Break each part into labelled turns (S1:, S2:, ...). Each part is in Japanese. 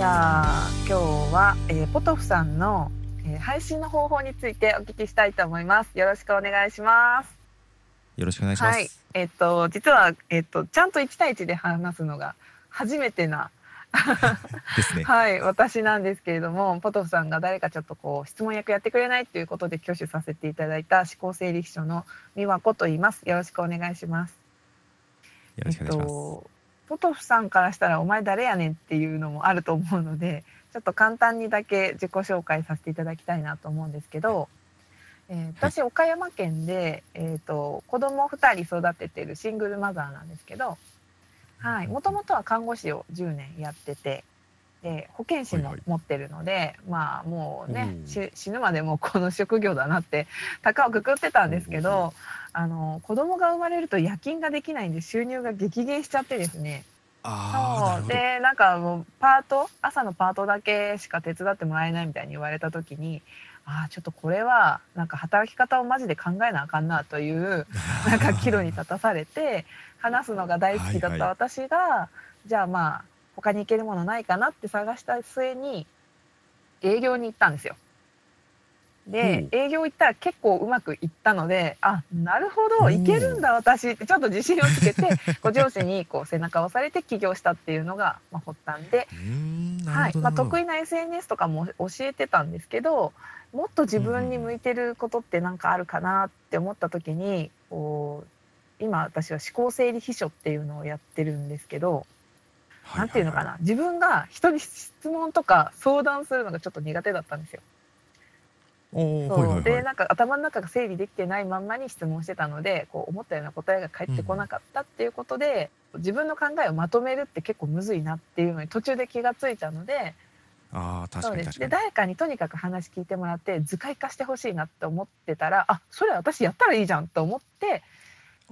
S1: ゃあ今日は、えーポトフさんの、えー配信の方法についてお聞きしたいと思います。よろしくお願いします。
S2: よろしくお願いします。
S1: はい。えっと実はえっとちゃんと一対一で話すのが初めてな、
S2: ですね。
S1: はい私なんですけれども、ポトフさんが誰かちょっとこう質問役やってくれないということで挙手させていただいた思考整理秘書の美和子と言います。よろしくお願いします。
S2: よろしくお願いしま
S1: えっ
S2: す。
S1: と、ポトフさんからしたら「お前誰やねん」っていうのもあると思うのでちょっと簡単にだけ自己紹介させていただきたいなと思うんですけど、えー私岡山県で、えー、と子供2人育ててるシングルマザーなんですけどもともとは看護師を10年やってて。で保健師
S2: はい
S1: も
S2: はい
S1: 持ってるので、まあもうね
S2: おー
S1: し死ぬまでもうこの職業だなって高をくくってたんですけど、
S2: うんうんうん
S1: あの子供が生まれると夜勤ができないんで収入が激減しちゃってですね
S2: ああ、な
S1: そう
S2: るほど。
S1: でなんかもうパート朝のパートだけしか手伝ってもらえないみたいに言われた時にああちょっとこれはなんか働き方をマジで考えなあかんなという なんか岐路に立たされて話すのが大好きだった私が、じゃあまあ他に行けるものないかなって探した末に営業に行ったんですよ。で、営業行ったら結構うまくいったのであなるほ
S2: お
S1: ど
S2: ー
S1: いけるんだ私ってちょっと自信をつけてご上司にこう背中を押されて起業したっていうのが、まあ、発端で
S2: うーん、な
S1: は
S2: る
S1: い
S2: ほど。
S1: まあ、得
S2: 意。
S1: 意な SNS とかも教えてたんですけどもっと自分に向いてることって何かあるかなって思った時にこう今私は思考整理秘書っていうのをやってるんですけど何ていうのかな自分が人に質問とか相談するのがちょっと苦手だったんですよ。
S2: おお、
S1: そう
S2: はいはいは
S1: で
S2: い。
S1: なんか頭の中が整理できてないまんまに質問してたのでこう思ったような答えが返ってこなかったっていうことで、自分の考えをまとめるって結構むずいなっていうのに途中で気がついたので。
S2: ああ、確
S1: そう
S2: かに
S1: です
S2: 確
S1: で
S2: かに。
S1: 誰かにとにかく話聞いてもらって図解化してほしいなって思ってたらあそれ私やったらいいじゃんと思って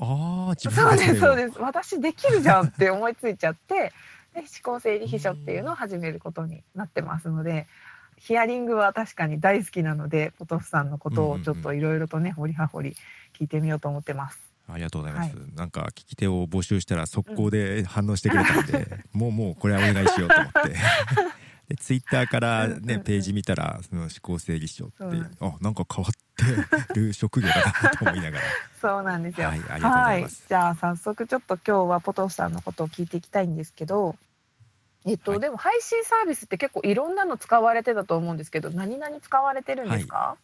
S2: ああ、自分
S1: そう
S2: が
S1: ですそう
S2: す。
S1: です私できるじゃんって思いついちゃってで思考整理秘書っていうのを始めることになってますのでヒアリングは確かに大好きなのでポトフさんのことをちょっといろいろとね掘り葉掘り聞いてみようと思ってます。
S2: ありがとうございます。なんか聞き手を募集したら速攻で反応してくれたんで、 もうもうこれはお願いしようと思って。でツイッターから
S1: うんうんう
S2: ね
S1: ん
S2: ページ見たらその思考整理書って
S1: そうなんで
S2: あなんか変わってる職業だなと思いながら
S1: そうなんですよ、
S2: はいありがとうございます
S1: はじゃあ早速ちょっと今日はポトフさんのことを聞いていきたいんですけど、えっと、
S2: はい
S1: でも配信サービスって結構いろんなの使われてたと思うんですけど、何々使われてるんですか？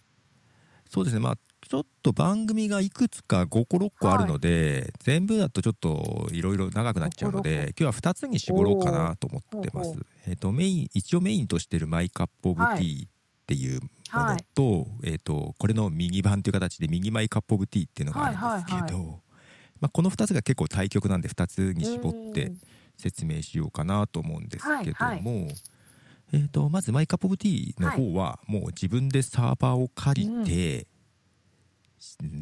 S2: そうですねまあちょっと番組がいくつか5個6個あるので、全部だとちょっといろいろ長くなっちゃうの
S1: 5個6
S2: で今日は2つに絞ろうかなと思ってま
S1: おーほう
S2: す
S1: ほ。
S2: えっ、とメイン一応メインとしてるマイカップオブティーっていうも
S1: は
S2: の
S1: い
S2: と,、えっ、とこれの右版という形で右マイカップオブティーっていうのがあるんですけど、
S1: はいは
S2: まあ、この2つが結構対局なんで2つに絞って
S1: うん
S2: 説明しようかなと思うんですけども、
S1: はい
S2: えー、とまずマイカップオブティーの方はもう自分でサーバーを借りて、うん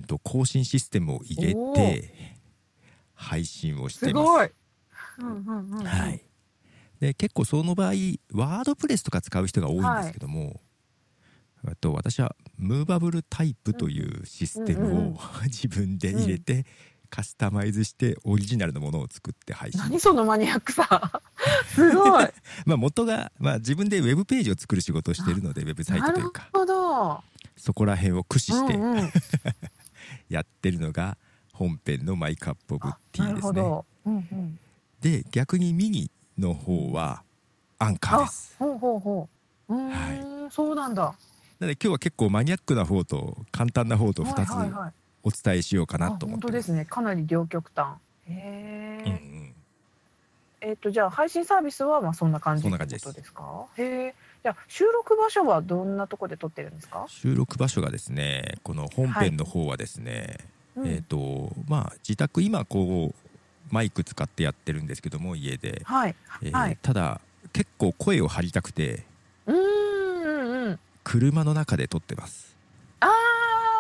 S2: と更新システムを入れ
S1: おー
S2: て配信をして
S1: す
S2: ます。
S1: ごい。うんうんうんうん
S2: はい、で結構その場合ワードプレスとか使う人が多いんですけども、あと私はムーバブルタイプというシステムを、
S1: うんうんうん
S2: 自分で入れて、カスタマイズしてオリジナルのものを作って配信
S1: 何そのマニアック さ。すごい。
S2: まあ元が、まあ、自分でウェブページを作る仕事をしているのでウェブサイ
S1: な
S2: トとい
S1: る
S2: うか
S1: ほど。
S2: そこら辺を駆使
S1: うん
S2: して
S1: うん。
S2: やってるのが本編の「マイカップ・オブ・
S1: あ
S2: テ
S1: な
S2: ィー」
S1: る
S2: で
S1: ほ
S2: すね。
S1: ど。うんうん。
S2: で逆にミニの方はアンカー
S1: あ
S2: です。
S1: ほうほうほう。うーん。そうなんだ。
S2: なので今日は結構マニアックな方と簡単な方と
S1: はい
S2: 2
S1: はい
S2: つ
S1: はい。
S2: お伝えしようか
S1: あ
S2: なと思
S1: 本
S2: って
S1: 当
S2: ま。
S1: ですすね。かなり両極端。へ
S2: う
S1: え
S2: んう。ん
S1: えっ、とじゃあ配信サービスはまあそんな感じ
S2: そ
S1: っ
S2: ん
S1: て
S2: な
S1: こ
S2: 感じです
S1: とですか。へえ。じゃあ収録場所はどんなとこで撮ってるんですか。
S2: 収録場所がですねこの本編の方はですね、
S1: うん
S2: えっ、とまあ自宅今こうマイク使ってやってるんですけども家で、
S1: はい、
S2: えー
S1: はい。
S2: ただ結構声を張りたくて
S1: うーんうんうん。
S2: 車の中で撮ってます
S1: あ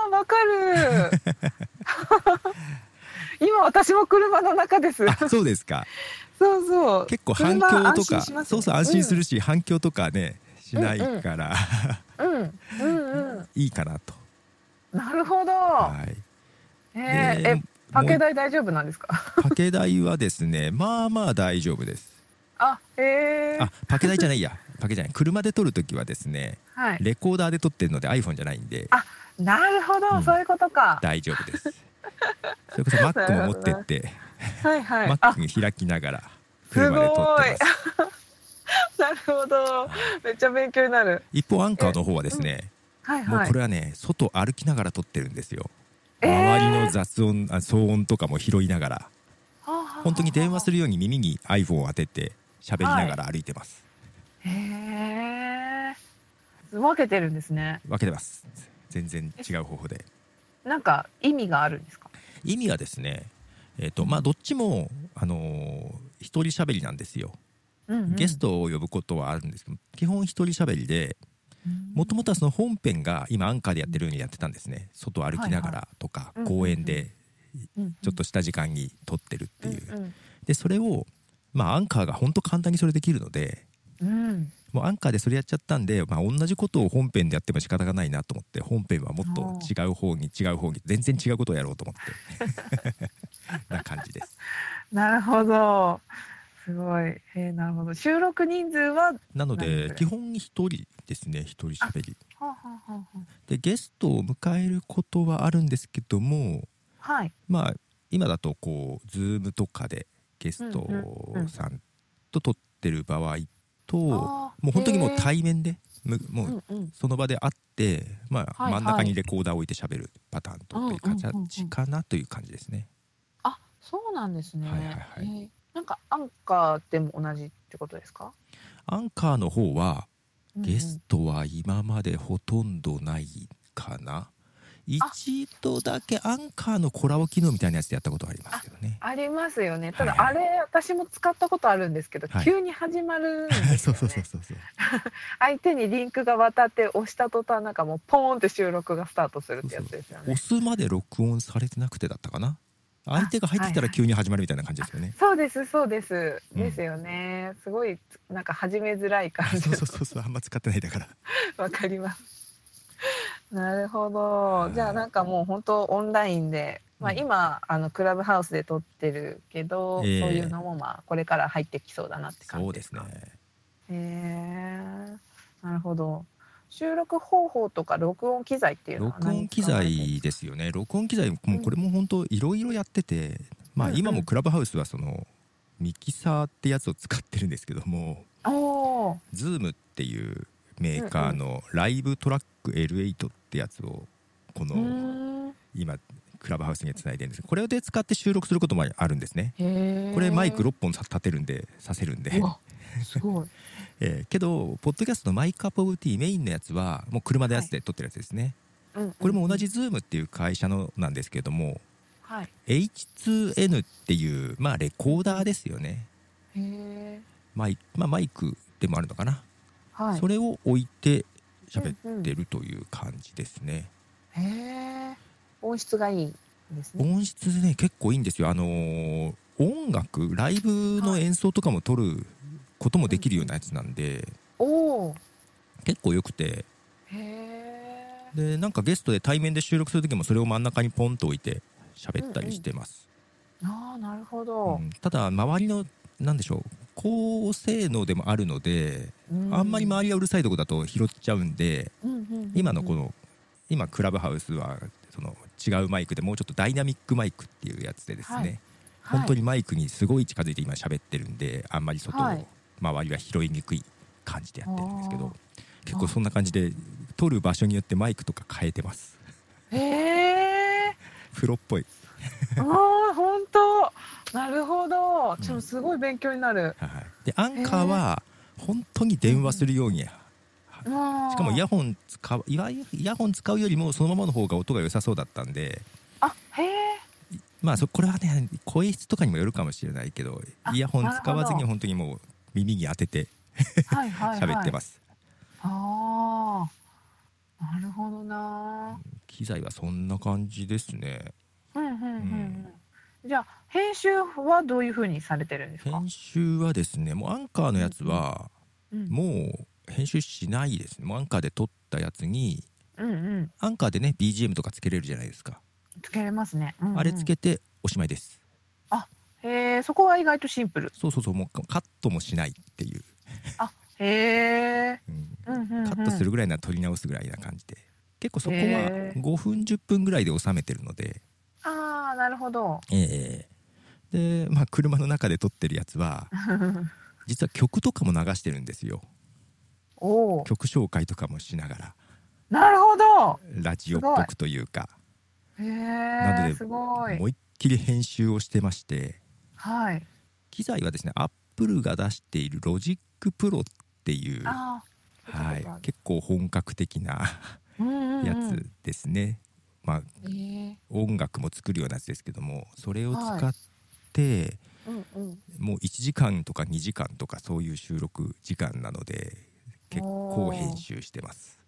S1: あわかる。 今私も車の中です。
S2: あそうですか
S1: そうそう。
S2: 結構反響と
S1: 車
S2: か、
S1: 安心しますね
S2: そうそう安心するし、反響とかねしないから、
S1: うんうんうん。
S2: いいかなと
S1: なるほど。
S2: はい
S1: へえ
S2: で
S1: え
S2: もう
S1: パケ代大丈夫なんですか。
S2: パ ケ代はですねまあまあ大丈夫です
S1: あへえ。
S2: あパケ代じゃないやパケじゃない車で撮るときはですね
S1: はい。
S2: レコーダーで撮ってるので iPhone じゃないんで
S1: あなるほど、
S2: うん
S1: そういうことか。
S2: 大丈夫です それこそ Mac も持ってって
S1: はいはい。あ
S2: Mac に開きながら
S1: すごい
S2: 車で撮ってま す
S1: なるほど。めっちゃ勉強になる。
S2: 一方アンカーの方はですね、
S1: はい
S2: もう
S1: はい
S2: こ。れはね外歩きながら撮ってるんですよ、
S1: えー
S2: 周りの雑音あ騒音とかも拾いながら本当に電話す
S1: る。
S2: るように耳に iPhone を当てて喋りながら歩いてます、
S1: へえ。分けてるんですね。
S2: 分けてます全然違う方法で
S1: なんか意味があるんですか。
S2: 意味はですねえっ、とまあどっちもあのー一人喋りなんですよ
S1: うんうん
S2: ゲス。トを呼ぶことはあるんですけど、基本一人喋りで
S1: うん
S2: もともとはその本編が今アンカーでやってるようにやってたんですね外歩きながらとか、
S1: はいはい
S2: 公園で
S1: うん
S2: ちょっとした時間に撮ってるっていう、
S1: うん
S2: でそれをまあアンカーが本当簡単にそれできるので
S1: うん。うん
S2: もうアンカーでそれやっちゃったんで、まあ、同じことを本編でやっても仕方がないなと思って本編はもっと違う方に違う方に全然違うことをやろうと思って な感じです
S1: なるほど。すごい。へえ、なるほど。収録人数は。は
S2: なの
S1: なるほ
S2: で
S1: ど
S2: 基本一人ですね一人しゃべり
S1: あはあはあは
S2: でゲストを迎えることはあるんですけども
S1: あはい。
S2: まあ今だとこうズームとかでゲスト
S1: うんうんうん
S2: さんと撮ってる場合と、
S1: も
S2: もう本当にもう対面で、むもう
S1: うんうん。
S2: その場で会って、まあ、
S1: はいは
S2: 真
S1: い
S2: ん中にレコーダーを置いて喋るパターンとっていう
S1: うんうんうんう
S2: 形
S1: ん
S2: かなという感じですね。
S1: あ、そうなんですね。
S2: はいはいはい
S1: へえなんかアンカーでも同じってことですか。
S2: アンカーの方は
S1: うんうん
S2: ゲストは今までほとんどないかな。一度だけアンカーのコラボ機能みたいなやつでやったことありますけどね。
S1: ありますよね。ただ
S2: は
S1: あ
S2: いは
S1: れ、私も使ったことあるんですけど、
S2: はい
S1: 急に始まるんですよね。
S2: そうそうそうそうそう。
S1: 相手にリンクが渡って押した途端なんかもうポーンって収録がスタートするってやつですよね。
S2: 押すまで録音されてなくてだったかな。相手が入ってきたら急に始まるみたいな感じですよね。
S1: そうですそうです、
S2: うん
S1: ですよね。すごいなんか始めづらい感じ
S2: そうそうそうそう。 あんま使ってないだから。
S1: わかります。なるほ
S2: は
S1: ど。
S2: い
S1: じゃあなんかもう本当オンラインで、まあ
S2: うん
S1: 今あのクラブハウスで撮ってるけど、
S2: ええ
S1: そういうのもまあこれから入ってきそうだなって感
S2: そう
S1: じ
S2: で
S1: ですすか。
S2: ね。
S1: へえなるほど。収録方法とか録音機材っていうのは
S2: 録音
S1: 何
S2: 機
S1: 使われてるんで
S2: 材
S1: す
S2: ですよね録音機材もうこれも本当いろいろやってて、まあ
S1: うんうん
S2: 今もクラブハウスはそのミキサーってやつを使ってるんですけども
S1: か。おお。
S2: Zoom っていうメーカーのライブトラック L8 ってやつを
S1: う
S2: こ
S1: ー
S2: の
S1: ん。
S2: 今クラブハウスにつないでるんですこれで使って収録することもあるんですね
S1: へえ。
S2: これマイク6本さ立てるんでさせるんで
S1: う、わ。すごい。
S2: えーけどポッドキャストのマイクアップオブティメインのやつはもう車のやつで撮ってるやつですね、
S1: うん。
S2: これも同じ Zoom っていう会社のなんですけれども
S1: はい。へ
S2: H2N っていう、まあ、レコーダーですよね
S1: え。
S2: マイ,、まあ、マイクでもあるのかな、
S1: はい。
S2: それを置いて喋
S1: うんう
S2: っ
S1: ん
S2: てるという感じですね、
S1: へえ。音質がいいですね。
S2: 音質ね結構いいんですよあのー音楽ライブの演奏とかも撮ることもできるようなやつなんで
S1: おお。
S2: 結構よくて
S1: へえ。
S2: でなんかゲストで対面で収録する時もそれを真ん中にポンと置いて喋ったりしてます、
S1: ああ、なるほ
S2: うん
S1: ど。
S2: ただ周りのなんでしょう高性能でもあるのであんまり周りがうるさいとこだと拾っちゃうんで
S1: り、うんうんうんうん
S2: 今のこ。の今クラブハウスはその違うマイクでもうちょっとダイナミックマイクっていうやつでですね、
S1: はい
S2: 本当
S1: に。
S2: にマイクにすごい近づいて今喋ってるんであんまり外を
S1: はい
S2: 周りは拾いにくい感じでやってるんですけど、
S1: あー
S2: 結構そんな感じで撮る場所によってマイクとか変え てます
S1: へえ。
S2: プロっぽい、
S1: ああ、本当。なるほど。
S2: ん
S1: ちょっとすごい勉強になる。
S2: はいはい、でアンカーは本当に電話するように、
S1: しか
S2: しかもイヤホン使ういわゆるイヤホン使うよりもそのままの方が音が良さそうだったんで
S1: あ、へえ。
S2: まあそこれはね声質とかにもよるかもしれないけど
S1: あ
S2: イヤホン使わず
S1: なる
S2: に
S1: ほど
S2: 本当にもう耳に当てて
S1: はいはい、はい。。
S2: 喋ってますす、
S1: ああ。なるほどな。
S2: 機材はそんな感じですね
S1: うんうんうんうん。じゃあ編集はどういうふうにされてるんですか
S2: 編。集はですねもうアンカーのやつは
S1: うん
S2: もう編集しないですねもうアンカーで撮ったやつに
S1: うんうん。
S2: アンカーでね BGM とかつけれるじゃないですか、
S1: つけれますね。うんうん
S2: あれつ。けておしまいです
S1: へえ、そこは意外とシンプル。
S2: そうそうそうもうカットもしないっていう
S1: あ、へえ。
S2: うん
S1: うんうんうん
S2: カットするぐらいなら取り直すぐらいな感じで結構そこは
S1: へー
S2: 5分10分ぐらいで収めてるので、
S1: ああ、なるほど。
S2: ええで、まあ、車の中で撮ってるや つは実は曲とかも流してるんですよ
S1: おお。
S2: 曲紹介とかもしながら
S1: なるほど。
S2: ラジオっぽくというかな
S1: へ
S2: の
S1: え。
S2: です
S1: ごい。
S2: 思いっきり編集をしてまして
S1: はい。
S2: 機材はですねアップルが出しているロジックプロっていう、
S1: ああ。
S2: は
S1: 見
S2: い
S1: たことあ、る
S2: 結構本格的な
S1: うんうんうん
S2: やつですね、まあ
S1: へえ。
S2: 音楽も作るようなやつですけどもそれを使って、
S1: うんうん。
S2: もう1時間とか2時間とかそういう収録時間なので結構編集してます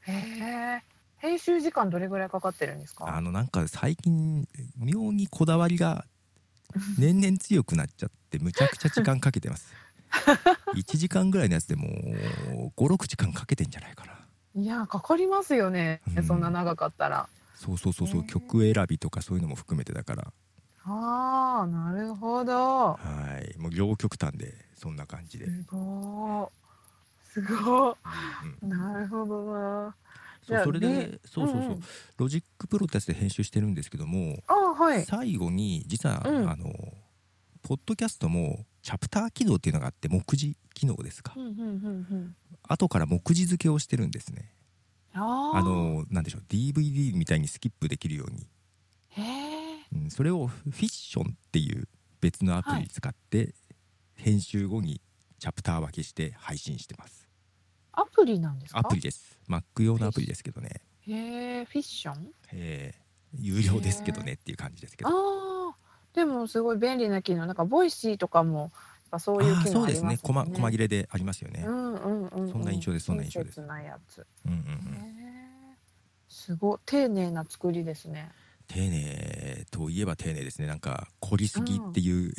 S1: へえ。編集時間どれぐらいかかってるんです
S2: あ
S1: か。
S2: のなんか最近妙にこだわ りが年々強くなっちゃってむちゃくちゃ時間かけてます 1時間ぐらいのやつでも56時間かけてんじゃないかない
S1: や、かかりますよね
S2: うん。
S1: そんな長かったら。
S2: そうそうそうそう、
S1: へー
S2: 曲選びとかそういうのも含めてだから
S1: ああ、なるほど。
S2: はいもう両極端でそんな感じで、
S1: すごい。すごい。
S2: うん
S1: なるほどな。じ
S2: そ
S1: ゃ
S2: う
S1: あ
S2: それで
S1: で
S2: そうそうそう、
S1: うんうん
S2: ロジックプロってやつで編集してるんですけども、
S1: ああ、はい。
S2: 最後に実は、
S1: うん
S2: あのポッドキャストもチャプター機能っていうのがあって目次機能ですか、
S1: うんうんうんうん。
S2: 後から目次付けをしてるんですね
S1: ああ。
S2: あ。のなんでしょう DVD みたいにスキップできるように、
S1: へえ。
S2: うん、それをフィッションっていう別のアプリ使って、編集後にチャプター分けして配信してます
S1: アプリなんですか。
S2: アプリ。です Mac 用のアプリですけどね、
S1: へえ、フィッション。
S2: えー有料ですけどねっていう感じですけど
S1: ああ。でも、すごい便利な機能、なんかボイシーとかも。やっぱそういう
S2: ああ
S1: 機
S2: そ
S1: 能
S2: う
S1: あ
S2: で
S1: り
S2: す
S1: ま
S2: ね
S1: す
S2: こま
S1: よね。
S2: 細切れでありますよね、
S1: うんうんうん、うん。
S2: そんな印象ですそんな印象です
S1: 親切なやつ。
S2: うんうんうん
S1: へえ。すごい丁寧な作りですね。
S2: 丁寧といえば丁寧ですねなんか凝りすぎっていう、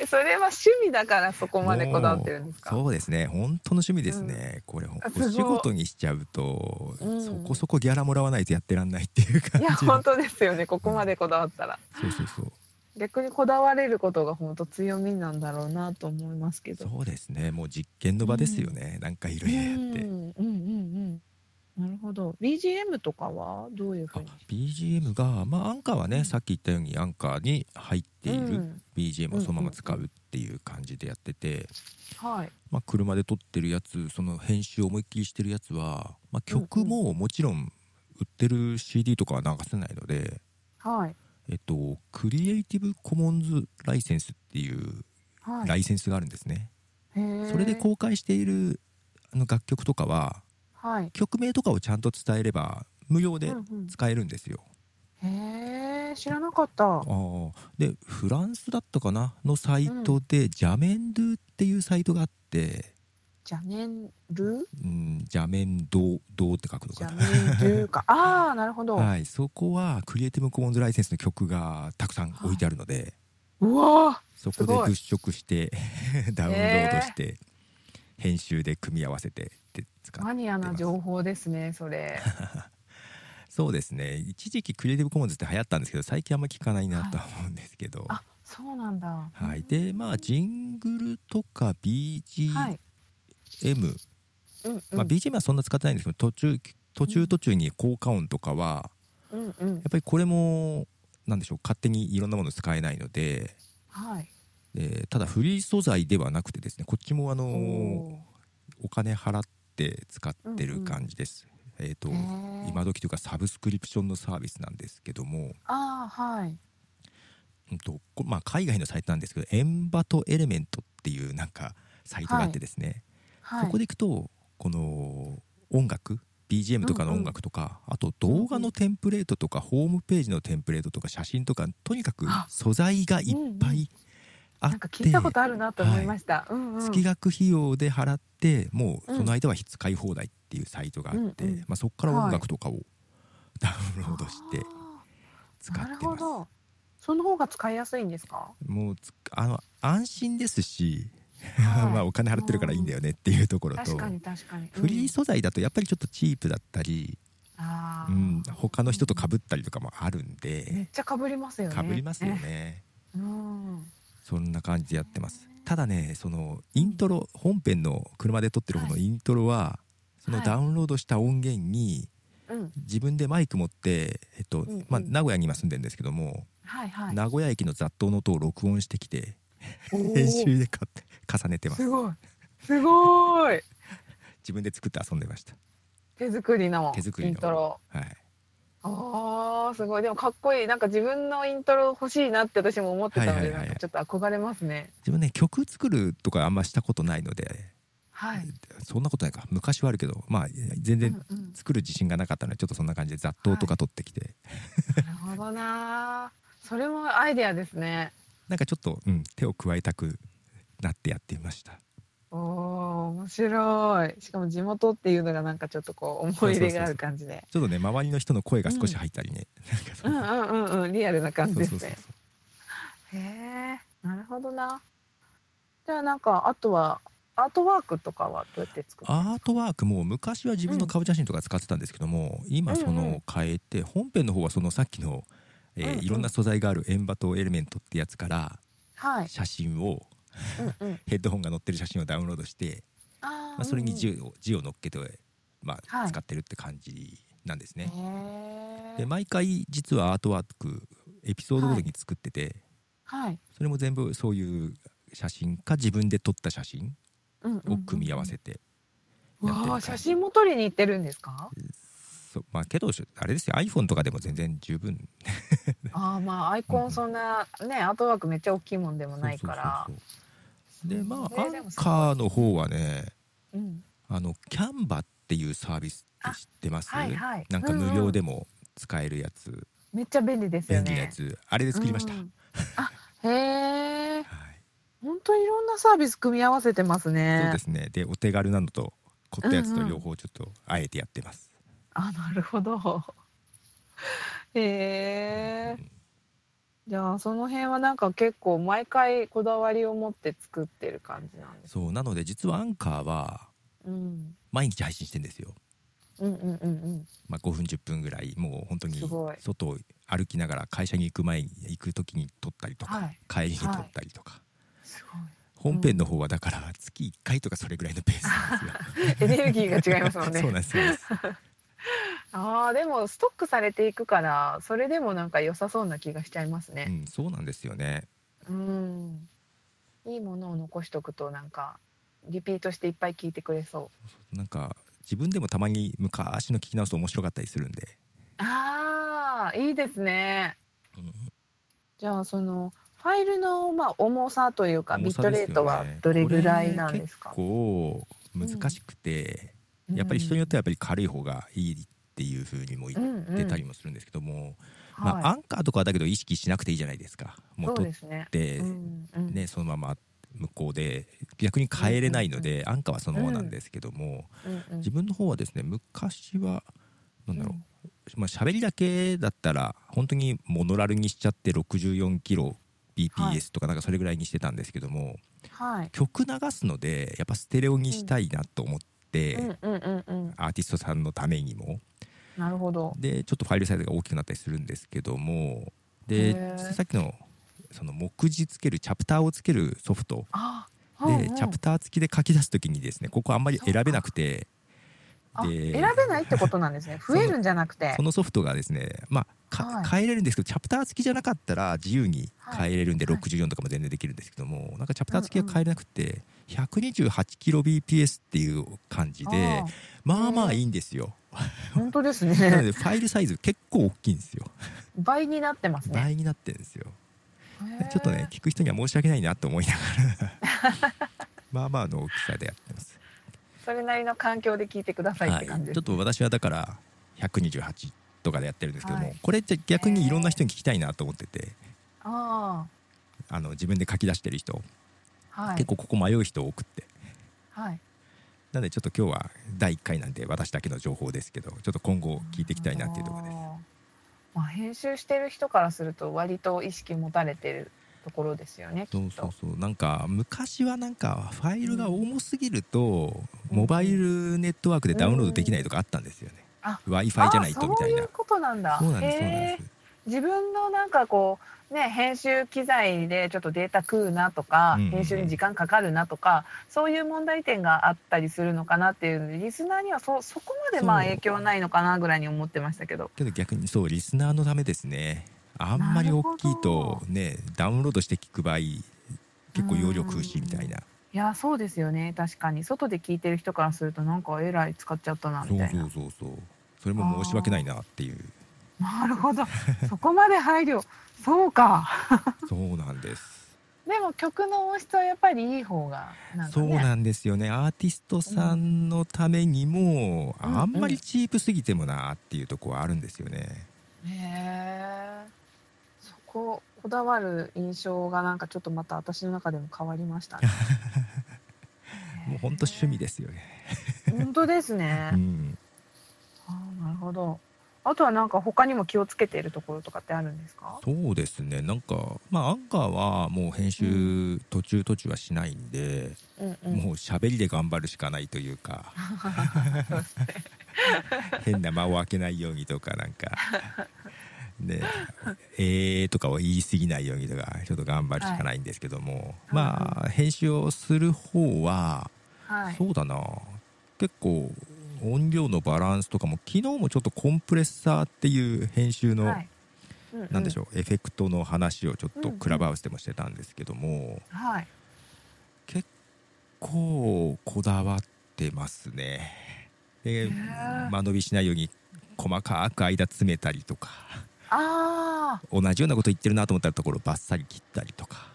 S1: えそれは趣味だからそこまでこだわってるんですか。
S2: そうですね本当の趣味ですね、これ
S1: あすごい
S2: お仕事にしちゃうと、
S1: うん
S2: そこそこギャラもらわないとやってらんないっていう感
S1: い
S2: じ
S1: や本当ですよねここまでこだわったら
S2: そうそうそう
S1: 逆にこだわれることが本当強みなんだろうなと思いますけど
S2: そうですねもう実験の場ですよね、なんかいろいろやって、
S1: うんうんうんうんなるほど BGM とかはどういうふ
S2: あ
S1: うに
S2: BGM がまあアンカーはね、さっき言ったようにアンカーに入っている、
S1: うん
S2: BGM をそのまま使うっていう感じでやってて、
S1: はい
S2: まあ、車で撮ってるやつその編集を思いっきりしてるやつは、まあ、曲ももちろん売ってる CD とかは流せないので、
S1: はい
S2: えっと、クリエイティブ・コモンズ・ライセンスっていう
S1: はい
S2: ライセンスがあるんですね、
S1: へー
S2: それで公開しているあの楽曲とかは
S1: はい
S2: 曲名とかをちゃんと伝えれば無料で
S1: うんうん
S2: 使えるんですよ、
S1: へえ知らなかった
S2: ああでフランスだったかなのサイトで、ジャメンドゥっていうサイトがあって、
S1: ジャネンル
S2: うん、ジャメンドドって書くの
S1: ジ
S2: か
S1: ャ
S2: な
S1: ネンルー かああなるほど、
S2: はい、そこはクリエイティブ・コモンズ・ライセンスの曲がたくさん置いてあるので、
S1: うわ
S2: そこ
S1: す
S2: で
S1: ごい
S2: 物色して ダウンロードして、編集で組み合わせてって使
S1: ー
S2: っ
S1: マニアな
S2: ます
S1: 情報ですねそれ
S2: そうですね一時期クリエイティブ・コモンズって流行ったんですけど最近あんま聞かないなとは思うんですけど、は
S1: あそうなんだ
S2: いでまあジングルとか BGM、
S1: はい、うんうん
S2: まあ、BGM はそんな使ってないんですけど途中途中途中に効果音とかは
S1: うんうん
S2: やっぱりこれもなんでしょう勝手にいろんなもの使えないので
S1: はい
S2: えーただフリー素材ではなくてですねこっちもあのー
S1: おー
S2: お金払って使ってる感じです、えっ、と
S1: へー
S2: 今時というかサブスクリプションのサービスなんですけども、
S1: ああはい
S2: うんとこまあ、海外のサイトなんですけどエンバトエレメントっていうなんかサイトがあってですね、
S1: はい
S2: そこでいくとこの音楽 BGM とかの音楽とか、あと動画のテンプレートとか、ホームページのテンプレートとか写真とかとにかく
S1: あ
S2: 素材がいっぱいあって、
S1: なんか聞いたことあるなと思いました、うんうん
S2: 月額費用で払ってもうその間は使い放題っていうサイトがあって、
S1: うんうん
S2: まあ、そこから音楽とかをダウンロードして
S1: あ
S2: 使
S1: ー
S2: って
S1: なる
S2: ま
S1: ほ
S2: す、
S1: どその方が使いやすいんですか
S2: もうつあの安心ですし、
S1: はい
S2: まあお金払ってるからいいんだよねっていうところと
S1: 確かに確かに
S2: フリー
S1: うん
S2: 素材だとやっぱりちょっとチープだったり、
S1: あ
S2: う
S1: ー
S2: ん、他の人と被ったりとかもあるん
S1: めっ
S2: で
S1: ちゃかぶりますよね
S2: 被りますよね
S1: うん
S2: そんな感じでやってますただねそのイントロ、本編の車で撮ってる方のイントロは、その
S1: はい
S2: ダウンロードした音源に
S1: うん
S2: 自分でマイク持って、えっと
S1: んうん
S2: まあ、名古屋に今住んでるんですけども、
S1: はいはい
S2: 名古屋駅の雑踏の音を録音してきて
S1: おー
S2: 編集でか重ねてます
S1: すごいすごーい
S2: 自分で作って遊んでました、
S1: 手作りの
S2: 手作り
S1: イ
S2: の
S1: ントロ
S2: はい、
S1: あーすごいでもかっこいいなんか自分のイントロ欲しいなって私も思ってたの
S2: はい
S1: で
S2: はいはい
S1: なんかちょっと憧れますね
S2: 自分ね曲作るとかあんましたことないので、
S1: はい
S2: そんなことないか昔はあるけどまあ全
S1: うんう
S2: 然
S1: ん
S2: 作る自信がなかったのでちょっとそんな感じで雑踏とか撮ってきて、
S1: なるほどなーそれもアイデアですね
S2: なんかちょっと、うん、手を加えたくなってやってみました
S1: おー面白いしかも地元っていうのがなんかちょっとこう思い入れがある感じで
S2: ちょっとね周りの人の声が少し入ったりね、なんかそ
S1: うん
S2: う
S1: うんうんうんリアルな感じ
S2: そ
S1: で
S2: うそ
S1: す
S2: うそう
S1: ねへえなるほどなじゃあなんかあとはアートワークとかはどうやって作って
S2: アートワークも昔は自分の顔写真とか使ってたんですけども、今そ
S1: うんう
S2: の変えて本編の方はそのさっきの、えー
S1: うんうん
S2: いろんな素材があるエンバとエレメントってやつから
S1: はい
S2: 写真を
S1: うんうん
S2: ヘッドホンが載ってる写真をダウンロードして、
S1: あ
S2: まあ、それに
S1: 十
S2: 字を字を乗っけて、ま
S1: は
S2: あ、
S1: い
S2: 使ってるって感じなんですね。
S1: ね
S2: で毎回実はアートワークエピソードごとに作ってて、
S1: はい
S2: それも全部そういう写真か自分で撮った写真
S1: うんうんうん
S2: を組み合わせてやって
S1: わ
S2: る感
S1: あ
S2: じ
S1: 写真も撮りに行ってるんですか
S2: そうまあけどあれですよ iPhone とかでも全然十分
S1: ああまあアイコンそんなねアートワークめっちゃ大きいもんでもないから
S2: そうそうそうそうでまあア
S1: ねでも
S2: ン
S1: すごい
S2: カーの方はね
S1: うん
S2: あのキャンバっていうサービスって知ってます、
S1: はいはい
S2: なんか無料でも使えるやつ、
S1: めっちゃ便利ですよ
S2: 便
S1: ね
S2: 利なやつ、あれで作りました、
S1: うんうんあへえ
S2: はい、
S1: 本当いろんなサービス組み合わせてますね
S2: そうですねでお手軽なのと凝ったやつ
S1: う
S2: と
S1: んうん
S2: 両方ちょっとあえてやってます、
S1: あなるほどへえじゃあその辺はなんか結構毎回こだわりを持って作ってる感じなんです、
S2: そうなので実はアンカーは
S1: うん、
S2: 毎日配信してんですよ、
S1: うんうんうんうん
S2: まあ、5分10分ぐらいもう本当に
S1: すごい
S2: 外を歩きながら会社に行く前に行く時に撮ったりとか、
S1: はい
S2: 帰りに撮ったりとか、
S1: す
S2: 本編の方はだから月1回とかそれぐらいのペースなんですよ
S1: ごいエネルギーが違いますもんね
S2: そうなんですそうなんです
S1: ああでもストックされていくからそれでもなんか良さそうな気がしちゃいます
S2: う
S1: ね。
S2: ん、そうなんですよね
S1: うん、いいものを残しとくとなんかリピートしていっぱい聞いてくれそ
S2: なんか自分でもたまに昔の聞き直すと面白かったりするんで、
S1: う。ああいいですね。
S2: うん
S1: じゃあそのファイルのまあ重さというか、ビ
S2: 重
S1: ッ
S2: さ
S1: ト
S2: で
S1: レ
S2: すよね
S1: ートはどれぐらいなんですか。
S2: これ結構難しくて、やっぱり人によってはやっぱり軽い方がいいっていう風にも言ってたりもするんですけども、
S1: うん
S2: まあ、
S1: は
S2: アンカーとかはだけど意識しなくていいじゃないですか
S1: い、
S2: も
S1: そう
S2: 取
S1: で
S2: っ
S1: すね。
S2: て、
S1: うんうん
S2: ね、そのまま向こうで逆に変えれないので、アンカーはそのままなんですけども、
S1: うんうん
S2: 自分の方はですね昔はなんだろう、
S1: うん
S2: まあ喋りだけだったら本当にモノラルにしちゃって64キロ
S1: はい
S2: BPS とかなんかそれぐらいにしてたんですけども、
S1: はい。
S2: 曲流すのでやっぱステレオにしたいなと思って、
S1: うんうんうんうん。
S2: アーティストさんのためにも
S1: なるほど。
S2: でちょっとファイルサイズが大きくなったりするんですけども
S1: へ
S2: で
S1: ー
S2: さっきのその目次つけるチャプターをつけるソフト
S1: あ
S2: で、
S1: うんうん
S2: チャプター付きで書き出す時にですねここあんまり選べなくて
S1: あ
S2: で
S1: 選べないってことなんですね増えるんじゃなくて
S2: そのソフトがですねまあか、
S1: はい
S2: 変えれるんですけどチャプター付きじゃなかったら自由に変えれるんで、
S1: はい
S2: 64とかも全然できるんですけども、なんかチャプター付きは変えれなくて、128kbps っていう感じで
S1: あ
S2: まあまあいいんですよ、
S1: ー本当です
S2: なの
S1: ね
S2: でファイルサイズ結構大きいんですよ
S1: 倍になってますね
S2: 倍になってるんですよ
S1: へー
S2: ちょっとね聞く人には申し訳ないなと思いなが らまあまあの大きさでやってます
S1: それなりの環境で聞いてくださいって感じで
S2: ち
S1: す
S2: ょっと私はだから128とかでやってるんですけども、
S1: はい
S2: これって逆にいろんな人に聞きたいなと思ってて、
S1: あ
S2: あの自分で書き出してる人、
S1: あはい
S2: 結構ここ迷う人多くって
S1: はい
S2: なのでちょっと今日は第1回なんで私だけの情報ですけどちょっと今後聞いていきたいなっていうところです
S1: あーまあ編集してる人からすると割と意識持たれてるところですよねきっ
S2: そ
S1: と
S2: うそうそうなんか昔はなんかファイルが重すぎる
S1: う
S2: と、
S1: ん
S2: モバイルネットワークでダウンロードできないとかあったんですよね、
S1: あ
S2: w i f i じゃないとみ
S1: あーそ
S2: たい
S1: うい
S2: な
S1: うことなんだ
S2: そうなんですそう
S1: へ
S2: なん
S1: ー
S2: です
S1: 自分のなんかこうね、編集機材でちょっとデータ食うなとか、
S2: うんうん
S1: 編集に時間かかるなとかそういう問題点があったりするのかなっていうのでリスナーにはそそこまでまあ
S2: そう
S1: 影響はないのかなぐらいに思ってましたけど
S2: けど逆にそうリスナーのためですねあんまり大きいとねダウンロードして聞く場合結構容量食うしみたいない
S1: やそうですよね確かに外で聞いてる人からするとなんかえらい使っちゃったな
S2: そ
S1: み
S2: う
S1: たいな
S2: そうそうそうそれも申し訳ないなっていう
S1: なるほどそこまで配慮そう か
S2: そうなんです
S1: でも曲の音質はやっぱりいい方がなんか
S2: そう
S1: ね
S2: なんですよねアーティストさんのためにも、
S1: うん
S2: あんまりチープすぎてもなっていうとこはあるんですよね、
S1: へえそここだわる印象がなんかちょっとまた私の中でも変わりましたね
S2: もうほんと趣味ですよね、
S1: 本当ですね、
S2: うん、
S1: あーなるほどあとはなんか他にも気をつけているところとかってあるんですか
S2: そうですねなんかまあアンカーはもう編集途中途中はしないんで、
S1: うんう
S2: もう喋りで頑張るしかないとい うか
S1: そうですね
S2: 変な間を空けないようにとかなんかねえーとかを言い過ぎないようにとかちょっと頑張るしかないんですけども、
S1: い
S2: まあ編集をする方は
S1: はい
S2: そうだな結構音量のバランスとかも昨日もちょっとコンプレッサーっていう編集の、
S1: はいうん
S2: なんでし
S1: ょ
S2: ょうエフェクトの話をちょっと
S1: うんうん
S2: クラブハウスでもしてたんですけども、
S1: うんはい
S2: 結構こだわってますね。
S1: へ
S2: で
S1: ー
S2: 間延びしないように細かく間詰めたりとか
S1: ああ
S2: 同じようなこと言ってるなと思ったところバッサリ切ったりとか、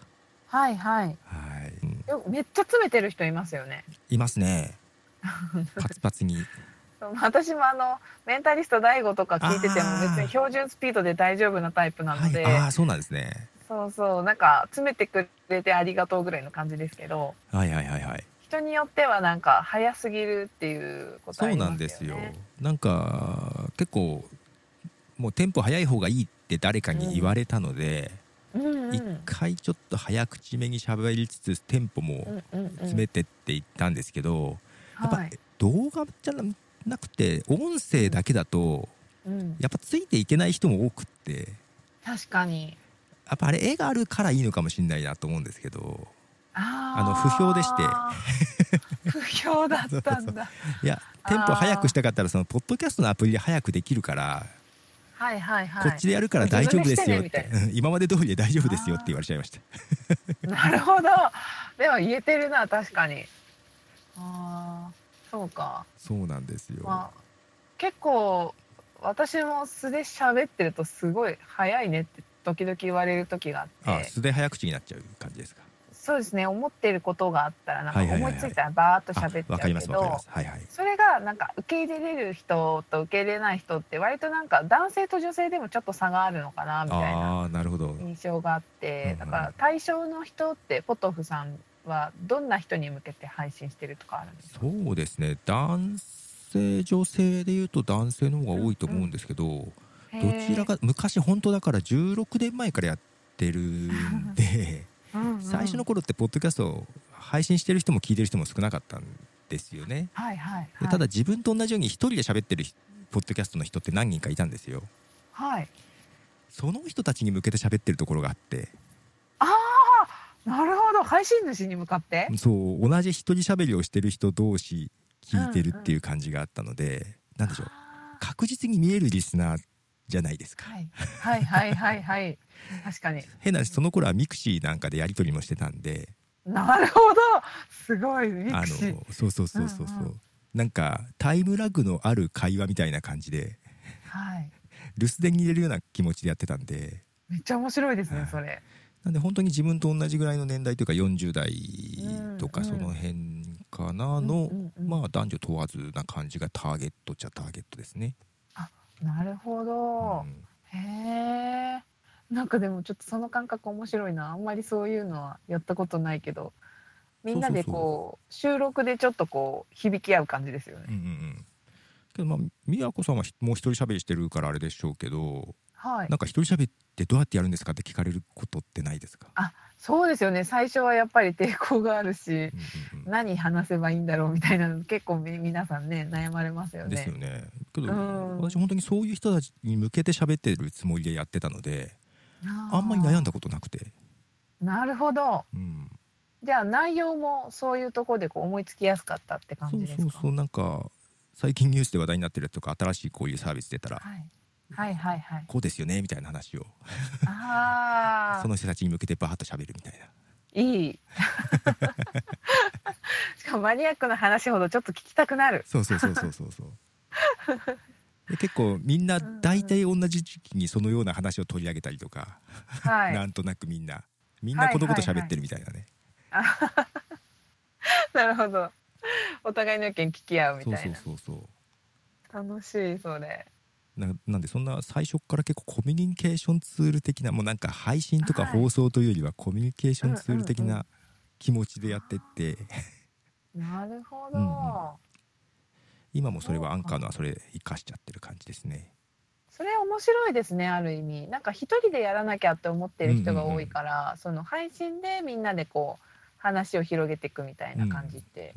S1: はいはい
S2: はいうん
S1: よめっちゃ詰めてる人いますよね
S2: いま すねパツパツに。
S1: そう私もあのメンタリスト DAIGO とか聞いてても
S2: あー
S1: 別に標準スピードで大丈夫なタイプなので、
S2: はい、ああそうなんですね。
S1: そうそうなんか詰めてくれてありがとうぐらいの感じですけど
S2: はいはいはいはい。
S1: 人によってはなんか早すぎるっていうことあ
S2: そう
S1: りま
S2: な
S1: すよ
S2: ん
S1: ね
S2: ですよなんか結構もうテンポ早い方がいいって誰かに言われたので
S1: うん
S2: 一、回ちょっと早口めに喋りつつテンポも
S1: うんうん
S2: 詰めてっていったんですけど、やっぱ、
S1: はい
S2: 動画じゃなくて音声だけだと
S1: うん、
S2: やっぱついていけない人も多くって
S1: 確かに
S2: やっぱあれ絵があるからいいのかもしれないなと思うんですけど
S1: あー
S2: あの不評でし て
S1: 不評だったん だ
S2: いやテンポ早くしたかったらそのポッドキャストのアプリで早くできるから
S1: はいはいはい
S2: こっちでやるから大丈夫ですよっ
S1: 自分でしててねみ、
S2: うん今まで通りで大丈夫ですよって言われちゃいました
S1: なるほどでも言えてるな確かにああそうか
S2: そうなんですよ、
S1: まあ、結構私も素で喋ってるとすごい早いねって時々言われる時があ
S2: あ
S1: って
S2: 素で早口になっちゃう感じですか
S1: そうですね思ってることがあったらなんか
S2: はいはいは
S1: 思
S2: いはい
S1: いついたらバーっと
S2: あ
S1: 喋っち
S2: わ
S1: ゃ
S2: かりま
S1: うけ
S2: すわかりま
S1: ど
S2: すはいはい
S1: それがなんか受け入れれる人と受け入れない人って割となんか男性と女性でもちょっと差があるのかなみたいな
S2: ああーなるほど
S1: 印象があっ
S2: うんう
S1: て
S2: ん
S1: だから対象の人ってポトフさんはどんな人に向けて配信してるとかあるんですか
S2: そうですね男性女性でいうと男性の方が多いと思うんですけど、どちらか昔本当だから16年前からやってるんで
S1: へーうんうん
S2: 最初の頃ってポッドキャストを配信してる人も聞いてる人も少なかったんですよね
S1: はいはいは
S2: で
S1: い
S2: ただ自分と同じように一人で喋ってる人ポッドキャストの人って何人かいたんですよ
S1: はい
S2: その人たちに向けて喋ってるところがあって
S1: なるほど配信主に向かって
S2: そう同じ一人喋りをしてる人同士聞いてるっていう感じがあったので、なんでしょう
S1: あ
S2: 確実に見えるリスナーじゃないです
S1: ー
S2: か、
S1: はいはいはいはいはい確かに
S2: 変な話その頃はミクシーなんかでやり取りもしてたんで
S1: なるほどすごいミ
S2: あ
S1: クシー
S2: のそうそうそうそうそう、
S1: うんう
S2: なんかタイムラグのある会話みたいな感じで
S1: はい
S2: 留守電に入れるような気持ちでやってたんで
S1: めっちゃ面白いです
S2: は
S1: ね
S2: い
S1: それ
S2: なんで本当に自分と同じぐらいの年代というか40代と
S1: う
S2: か
S1: んう
S2: そ
S1: ん
S2: の辺かなの、
S1: うんうんうん
S2: まあ男女問わずな感じがターゲットっちゃターゲットですね。
S1: なるほど
S2: う、ん
S1: へえんかでもちょっとその感覚面白いなあんまりそういうのはやったことないけどみんなでこう収録でちょっとこう響き合う感じですよ
S2: う
S1: ね
S2: んうんうんけどまあ美和子さんはひもう一人喋りしてるからあれでしょうけど
S1: はい
S2: なんか一人喋ってどうやってやるんですかって聞かれることってないですか、
S1: そうですよね最初はやっぱり抵抗があるし
S2: うんうん
S1: 何話せばいいんだろうみたいなの結構み皆さんね悩まれますよ
S2: うん、で
S1: ね
S2: すよね。けど
S1: うん
S2: 私本当にそういう人たちに向けて喋ってるつもりでやってたのであんまり悩ん
S1: だ
S2: だことなくて、
S1: なるほど
S2: うん、
S1: じゃあ内容もそういうところでこう思いつきやすかったって感
S2: そ
S1: じ
S2: う
S1: です
S2: そ
S1: か
S2: うそうなんか最近ニュースで話題になってるやつとか新しいこういうサービス出たら
S1: はい、はいはいはい
S2: こうですよねみたいな話を
S1: あ
S2: そ
S1: あ
S2: の人たちに向けてバーッと喋るみたいない
S1: いしかもマニアックな話ほどちょっと聞きたくなる
S2: そうそうそうそうそ うそうで結構みんな大体同じ時期にそのような話を取り上げたりとか、
S1: はい
S2: なんとなくみんなみんなこのこと喋ってるみたいなね、
S1: なるほど。お互いの意見聞き合うみたいな。
S2: そうそうそうそう
S1: 楽しいそれ。
S2: ななんでそんな最初から結構コミュニケーションツール的なもうなんか配信とか
S1: はい
S2: 放送というよりはコミュニケーションツール的
S1: うんうんう
S2: な気持ちでやってって、
S1: なるほど。
S2: うん今もそれは
S1: そ
S2: ア
S1: う
S2: ン
S1: か
S2: カーのはそれ生かしちゃってる感じですね。
S1: それ面白いですねある意味。なんか一人でやらなきゃって思ってる人が多いから、その配信でみんなでこう話を広げていくみたいな感じって。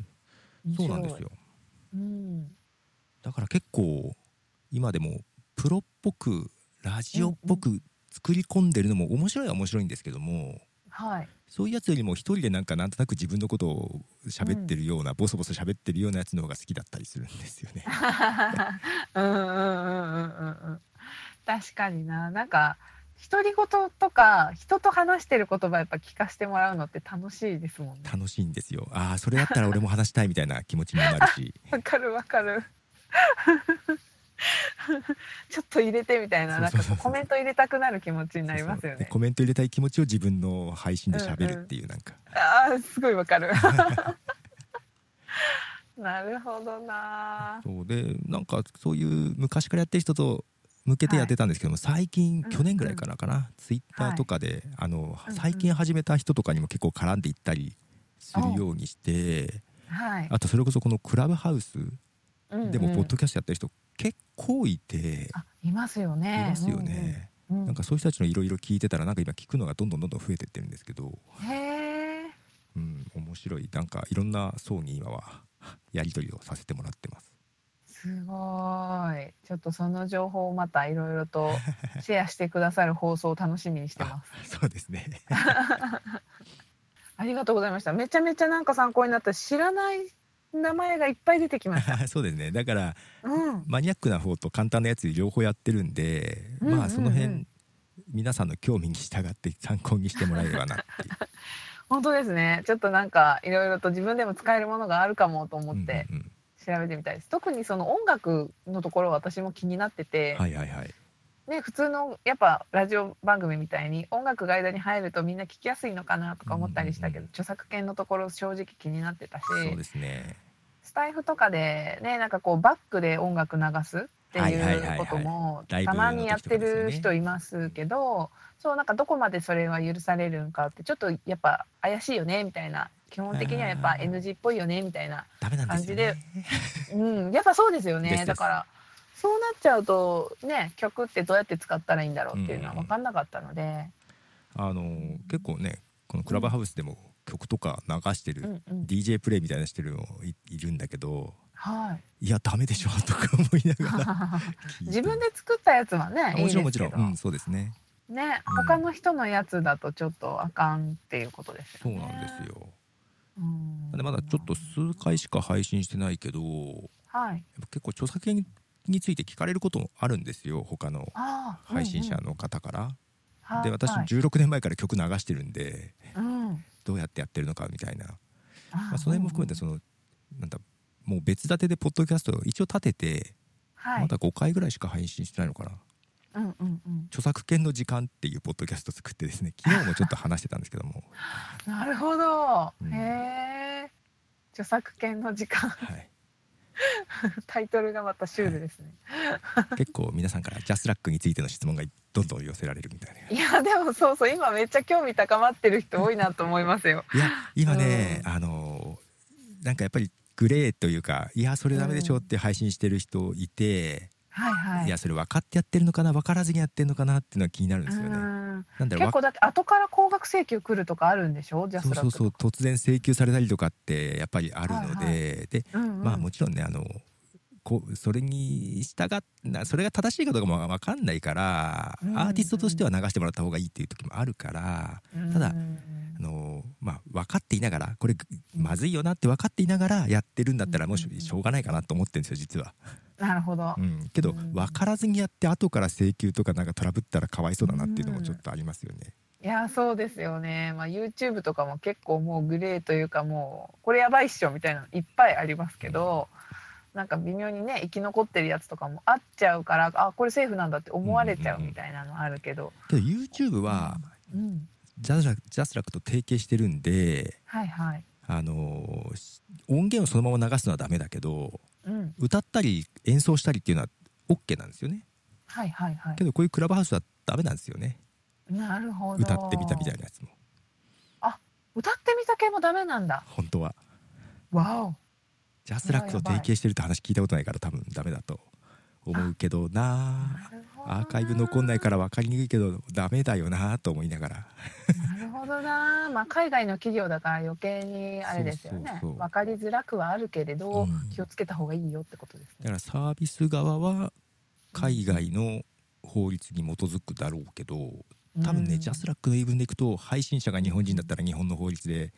S1: 面
S2: そ
S1: 白
S2: う
S1: い
S2: なんですよ。
S1: うん。
S2: だから結構今でもプロっぽくラジオっぽく作り込んでるのも面白いは面白いんですけども
S1: はい。
S2: そういうやつよりも一人でなんかなんとなく自分のことを喋ってるような、ボソボソ喋ってるようなやつの方が好きだったりするんですよね。
S1: うんうんうんうんうんうん。確かにな。なんか独り言とか人と話してる言葉やっぱ聞かせてもらうのって楽しいですもんね。
S2: 楽しいんですよ。ああそれだったら俺も話したいみたいな気持ちにもなるし
S1: わかるわかる。 ちょっと入れてみたいな、なん
S2: そう
S1: か
S2: そうそうそう
S1: コメント入れたくなる気持 ちになりますよ
S2: そうそうで
S1: ね。
S2: コメント入れたい気持ちを自分の配信で喋るっていうなんか、
S1: ああ、すごいわかる。 なるほど な。
S2: そうでなんかそういう昔からやってる人と向けてやってたんですけども、最近
S1: うん
S2: 去年ぐらいからかな、ツイッターとかで、あの最近始めた人とかにも結構絡んでいったりするようにして、
S1: はい。
S2: あとそれこそこのクラブハウス
S1: うんうん
S2: でもポッドキャストやってる人結構いて、
S1: あ、いますよ
S2: い
S1: ね。
S2: ますよね、
S1: うんうん。
S2: なんかそういう人たちのいろいろ聞いてたらなんか今聞くのがどんどんどんどん増えてってるんですけど、
S1: うんへえ。
S2: うん、面白いなんかいろんな層に今は やり取りをさせてもらって ます。
S1: すごい。ちょっとその情報をまたいろいろ とシェアしてくださる放送を楽しみにしてます。
S2: そうですね。
S1: ありがとうございました。めちゃめちゃなんか参考になった。知らない名前がいっぱい出てきました。
S2: そうですね。だから
S1: うん。
S2: マニアックな方と簡単なやつ両方やってるんで、
S1: うんうんうん
S2: まあその辺皆さんの興味に従って参考にしてもらえればなっていう
S1: 本当ですねちょっとなんかいろいろと自分でも使えるものがあるかもと 思って
S2: うんうん
S1: 調べてみたいです、特にその音楽のところは私も気になって
S2: う
S1: て、
S2: んはいはいはい。
S1: ね、普通のやっぱラジオ番組みたいに音楽が間に入るとみんな聞きやすいのかなとか思ったりしたけど、
S2: うんうんうん
S1: 著作権のところ正直気になってたし
S2: そうですね。
S1: スタイフとかでねなんかこうバックで音楽流すって
S2: はいいはいはいうはい
S1: ことも
S2: ライブ
S1: た
S2: の時と
S1: ま
S2: か
S1: にやって
S2: ですよ
S1: る
S2: ね
S1: 人いますけどそうなんかどこまでそれは許されるんかってちょっとやっぱ怪しいよねみたいな基本的にはやっぱ
S2: あー
S1: NG っぽいよねみたいな、
S2: ダメなんですよね。
S1: うん、やっぱそうですよ
S2: です
S1: ね
S2: です
S1: だからそうなっちゃうとね曲ってどうやって使ったらいいんだろうっていうのは
S2: うんうん
S1: 分かんなかったので、
S2: あの結構ねこのクラブハウスでも曲とか流して
S1: うんう
S2: る、
S1: ん
S2: DJ プレイみたいなのしてるのいいるんだけど。
S1: はい
S2: いやダメでしょとか思 いながら聞 いて
S1: 自分で作ったやつはね
S2: あ
S1: いい
S2: も
S1: です
S2: ち
S1: けど
S2: ろんもちろん、うん、そうですね
S1: ね、
S2: うん
S1: 他の人のやつだとちょっとあかんっていうことです
S2: そ
S1: よ
S2: う
S1: ね。
S2: なんです。よ
S1: うん、
S2: でまだちょっと数回しか配信してないけどや
S1: はい。
S2: っぱ結構著作権について聞かれることもあるんですよ他の
S1: ああ、
S2: 配信者
S1: うんうん
S2: の方から、
S1: はい
S2: で私
S1: はい
S2: 16年前から曲流してるんで
S1: うん、
S2: どうやってやってるのかみたいな、
S1: ま
S2: まあ、その辺も含めてそのなんだもう別立てでポッドキャストを一応立てて、
S1: はい、
S2: まだ5回ぐらいしか配信してないのかな
S1: うんうんうん。
S2: 著作権の時間っていうポッドキャスト作ってですね昨日もちょっと話してたんですけど も、
S1: なるほど。
S2: うん
S1: へえ。著作権の時間
S2: はい、
S1: タイトルがまたシュールですね。
S2: 結構皆さんからジャスラックについての質問がどんどん寄せられるみたいな。
S1: いやでもそうそう今めっちゃ興味高まってる人多いなと思いますよ。
S2: いや今ね、
S1: う
S2: あのなんかやっぱりグレーというかいやそれダメでしょって配信してる人いて、
S1: はいはい。
S2: い、やそれ分かってやってるのかな分からずにやってるのかなっていうのは気になるんですよね。
S1: うん
S2: なんだろう
S1: 結構だって後から高額請求来るとかあるんでしょジャ
S2: わ
S1: ス
S2: そう
S1: ラック
S2: そうそう突然請求されたりとかってやっぱりあるので、
S1: はい
S2: で、
S1: うんうん、
S2: まあもちろんねあのこうそれに従っなそれが正しいかどうかも分かんないから、
S1: うん
S2: アーティストとしては流してもらった方がいいっていう時もあるから、ただ
S1: うん
S2: あのまあ、分かっていながらこれまずいよなって分かっていながらやってるんだったらもうし
S1: うん
S2: しょうがないかなと思ってるんですよ実は。
S1: なるほど
S2: う。ん、けど
S1: うん
S2: 分からずにやって後から請求とかなんかトラブったらかわいそうだなっていうのもちょっとありますよね。
S1: いやそうですよね、まあ、YouTube とかも結構もうグレーというかもうこれやばいっしょみたいなのいっぱいありますけど、なんか微妙にね生き残ってるやつとかもあっちゃうからあこれセーフなんだって思われちゃうみたいなのあるけど、
S2: けど YouTube は
S1: うん
S2: ジャスラジャスラックと提携してるんで
S1: はいはい、
S2: あのし音源をそのまま流すのはダメだけど
S1: うん、
S2: 歌ったり演奏したりっていうのは OK なんですよね
S1: はいはいはい
S2: けどこういうクラブハウスはダメなんですよね
S1: なるほど
S2: 歌ってみたみたいなやつも
S1: 歌ってみた系もダメなんだ
S2: 本当は
S1: わお
S2: ジャスラックと提携してるって話聞いたことないから多分ダメだと思うけどな
S1: なるほど
S2: あアーカイブ残んないから分かりにくいけどダメだよなと思いながら
S1: なるほどな、まあ、海外の企業だから余計にあれですよね
S2: そうそうそう
S1: わかりづらくはあるけれど、
S2: うん
S1: 気をつけた方がいいよってことです
S2: だ
S1: ね
S2: からサービス側は海外の法律に基づくだろうけど多分ね、ジャスラックの言い分でいくと配信者が日本人だったら日本の法律で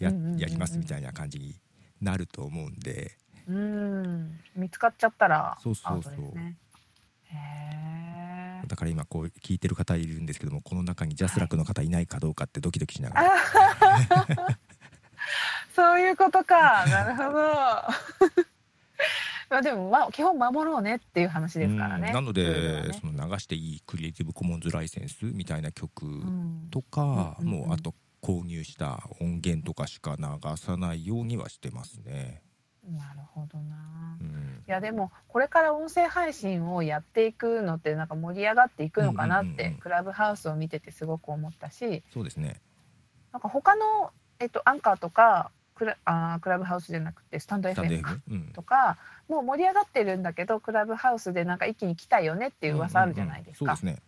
S2: や,、
S1: うんうんうんうん
S2: やりますみたいな感じになると思うんで
S1: うん見つかっちゃったら
S2: そうそ
S1: アウ
S2: う
S1: ト
S2: そう
S1: ですねへえ
S2: だから今こう聞いてる方いるんですけどもこの中にジャスラックの方いないかどうかってドキドキしながら、
S1: そういうこと かなるほど まあでも、まあ、基本守ろうねっていう話ですからね
S2: うんなの
S1: ルールは
S2: で、
S1: ね
S2: その流していいクリエイティブコモンズライセンスみたいな曲
S1: うん
S2: とか、
S1: うんうんうん
S2: もうあと購入した音源とかしか流さないようにはしてますね。
S1: なるほどな
S2: うん
S1: いやでもこれから音声配信をやっていくのってなんか盛り上がっていくのかなっ
S2: うんうんうんう
S1: て
S2: ん
S1: クラブハウスを見ててすごく思ったし
S2: そうですね。
S1: なんか他の、えっと、アンカーとかクラあークラブハウスじゃなくてスタンド
S2: スタンド
S1: FM か
S2: FM うん。
S1: とかもう盛り上がってるんだけどクラブハウスでなんか一気に来たよねっていう噂あるじゃないです
S2: うんうんうん
S1: か
S2: そうですね。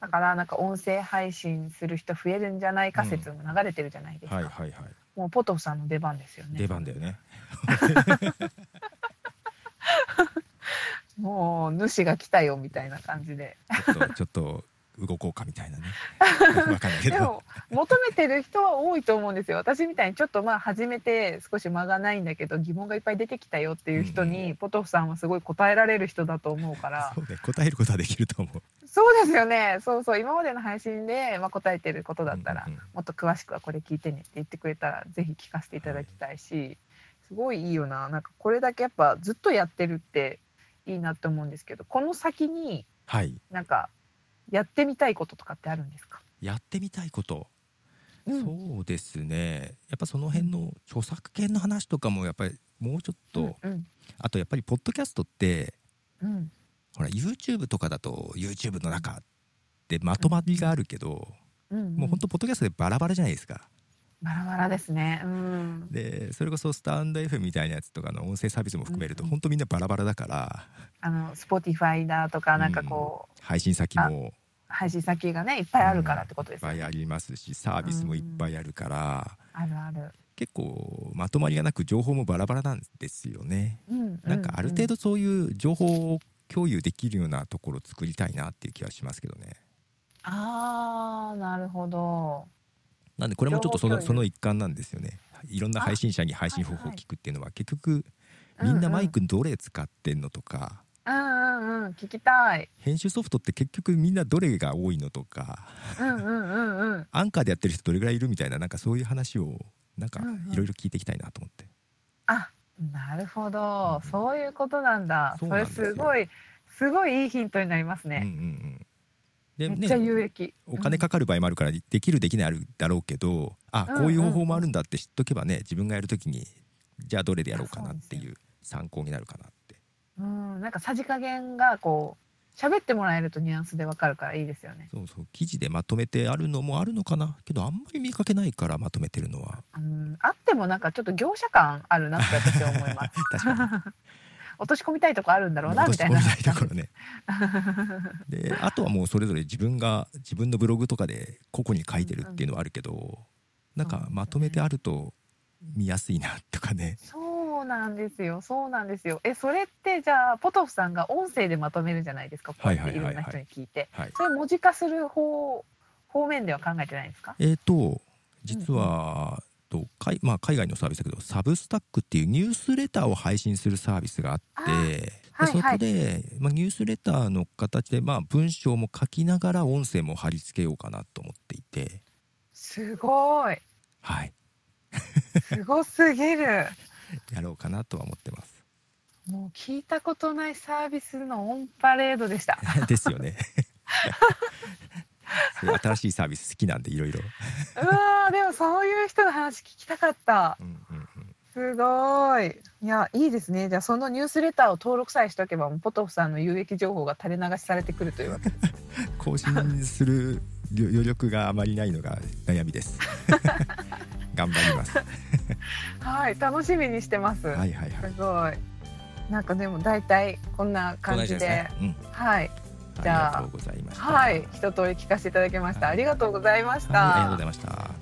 S1: だからなんか音声配信する人増えるんじゃないか説も流れてるじゃないです
S2: はい
S1: か
S2: はいはい。
S1: もうポトフさんの出番ですよね
S2: 出番だよね。
S1: もう主が来たよみたいな感じで
S2: ちょっと ちょっと動こうかみた いなね。わかんないけ
S1: で
S2: ど。
S1: も求めてる人は多いと思うんですよ私みたいにちょっとまあ始めて少し間がないんだけど疑問がいっぱい出てきたよっていう人
S2: うん
S1: にポトフさんはすごい答えられる人だと思うから
S2: そうね。答えることはできると思う。
S1: そうですよねそうそう今までの配信でまあ答えてることだったら
S2: うんうん
S1: もっと詳しくはこれ聞いてねって言ってくれたらぜひ聞かせていただきたいしすごいいいよななんかこれだけやっぱずっとやってるっていいなって思うんですけどこの先に
S2: はい。
S1: なんかやってみたいこととかってあるんですか、
S2: やってみたいこと。
S1: うん
S2: そうですね。やっぱその辺の著作権の話とかもやっぱりもうちょっと、
S1: うん
S2: あとやっぱりポッドキャストって
S1: うんうん
S2: ほら YouTube とかだと YouTube の中でまとまりがあるけど、
S1: うん
S2: もうほんとポッドキャストでバラバラじゃないですか。
S1: バラバラですね。うん。
S2: でそれこそスタンド F みたいなやつとかの音声サービスも含めると
S1: うんうん
S2: ほんとみんなバラバラだから
S1: あの Spotify だとかなんかこう、
S2: 配信先も
S1: 配信先がねいっぱいあるからってこと
S2: いっ
S1: ですよ
S2: ぱい
S1: ね。
S2: ありますしサービスもいっぱいあるから、
S1: あるある。
S2: 結構まとまりがなく情報もバラバラなんですよね。
S1: うん。
S2: なんかある程
S1: 度。
S2: 度そういう情報を共有できるようなところを作りたいなっていう気はしますけどね。
S1: ああなるほど。
S2: なんでこれもちょっとそ
S1: 情報
S2: の
S1: 共有
S2: その一環なんですよね。いろんな配信者に配信方法を聞くっていうのは結局みんなマイ。クどれ使ってんのとか
S1: うんうん、うんうんうん聞きたい。
S2: 編集ソフトって結局みんなどれが多いのとか
S1: うんうんうんうん。
S2: アンカーでやってる人どれぐらいいるみたいななんかそういう話をなんか
S1: うんうん
S2: いろいろ聞いていきたいなと思って。
S1: あなるほど、
S2: うん
S1: そういうことなんだ。
S2: そう
S1: そ
S2: なん
S1: れ
S2: ですよ
S1: すごいすごいいいヒントになります
S2: うんう
S1: ね。
S2: んうん、
S1: めっちゃ
S2: で
S1: 有
S2: ね
S1: 益。
S2: お金かかる場合もあるからできるできないあるだろうけどあ
S1: うん
S2: こういう方法もあるんだって知っとけばね自分がやるときにじゃあどれでやろうかなって
S1: そう
S2: いう参考になるかなって。
S1: うん、うんなんかさじ加減がこう喋ってもらえるとニュアンスでわかるからいいですよね。
S2: そうそう記事でまとめてあるのもあるのかなけどあんまり見かけないからまとめてるのは
S1: うん、あってもなんかちょっと業者感あるなって私は思います
S2: 確かに
S1: 落とし込みたいとこあるんだろうな
S2: 戻
S1: み
S2: した込
S1: い
S2: み
S1: な
S2: たいところね であとはもうそれぞれ自分が自分のブログとかで個々に書いてるっていうのはあるけど、なんかまとめてあると見やすいなとかね
S1: そうなんですよそうなんですよえそれってじゃあポトフさんが音声でまとめるじゃないですかこうやっ
S2: はい
S1: てい
S2: はい
S1: ろん
S2: はいは
S1: ない人に聞いて
S2: はい
S1: それ文字化する方方面では考えてないんですか
S2: えー、と実は、と海まあ、海外のサービスだけどサブスタックっていうニュースレターを配信するサービスがあって
S1: あー
S2: で
S1: はいはい
S2: そこで、まあ、ニュースレターの形で、まあ、文章も書きながら音声も貼り付けようかなと思っていて、
S1: すごい
S2: はい、
S1: すごすぎる
S2: やろうかなとは思ってます。
S1: もう聞いたことないサービスのオンパレードで した
S2: ですよね。そういう新しいサービス好きなんでいろいろ。
S1: うわーでもそういう人の話聞きたかった
S2: うんうん
S1: すごいいやいいですねじゃあそのニュースレターを登録さえしておけばもうポトフさんの有益情報が垂れ流しされてくるというわ け
S2: うん更新する余力があまりないのが悩 みです。頑張ります。は
S1: はい楽しみにしてます、
S2: いはいはい。
S1: すごいなんかでも大体こんな感じで
S2: こんな感じですね。
S1: はい
S2: うん。
S1: じゃあ
S2: ありがとうございました。
S1: は
S2: はい
S1: い一通り聞かせていただきました、
S2: はい
S1: ありがとうございました、
S2: ありがとうございました。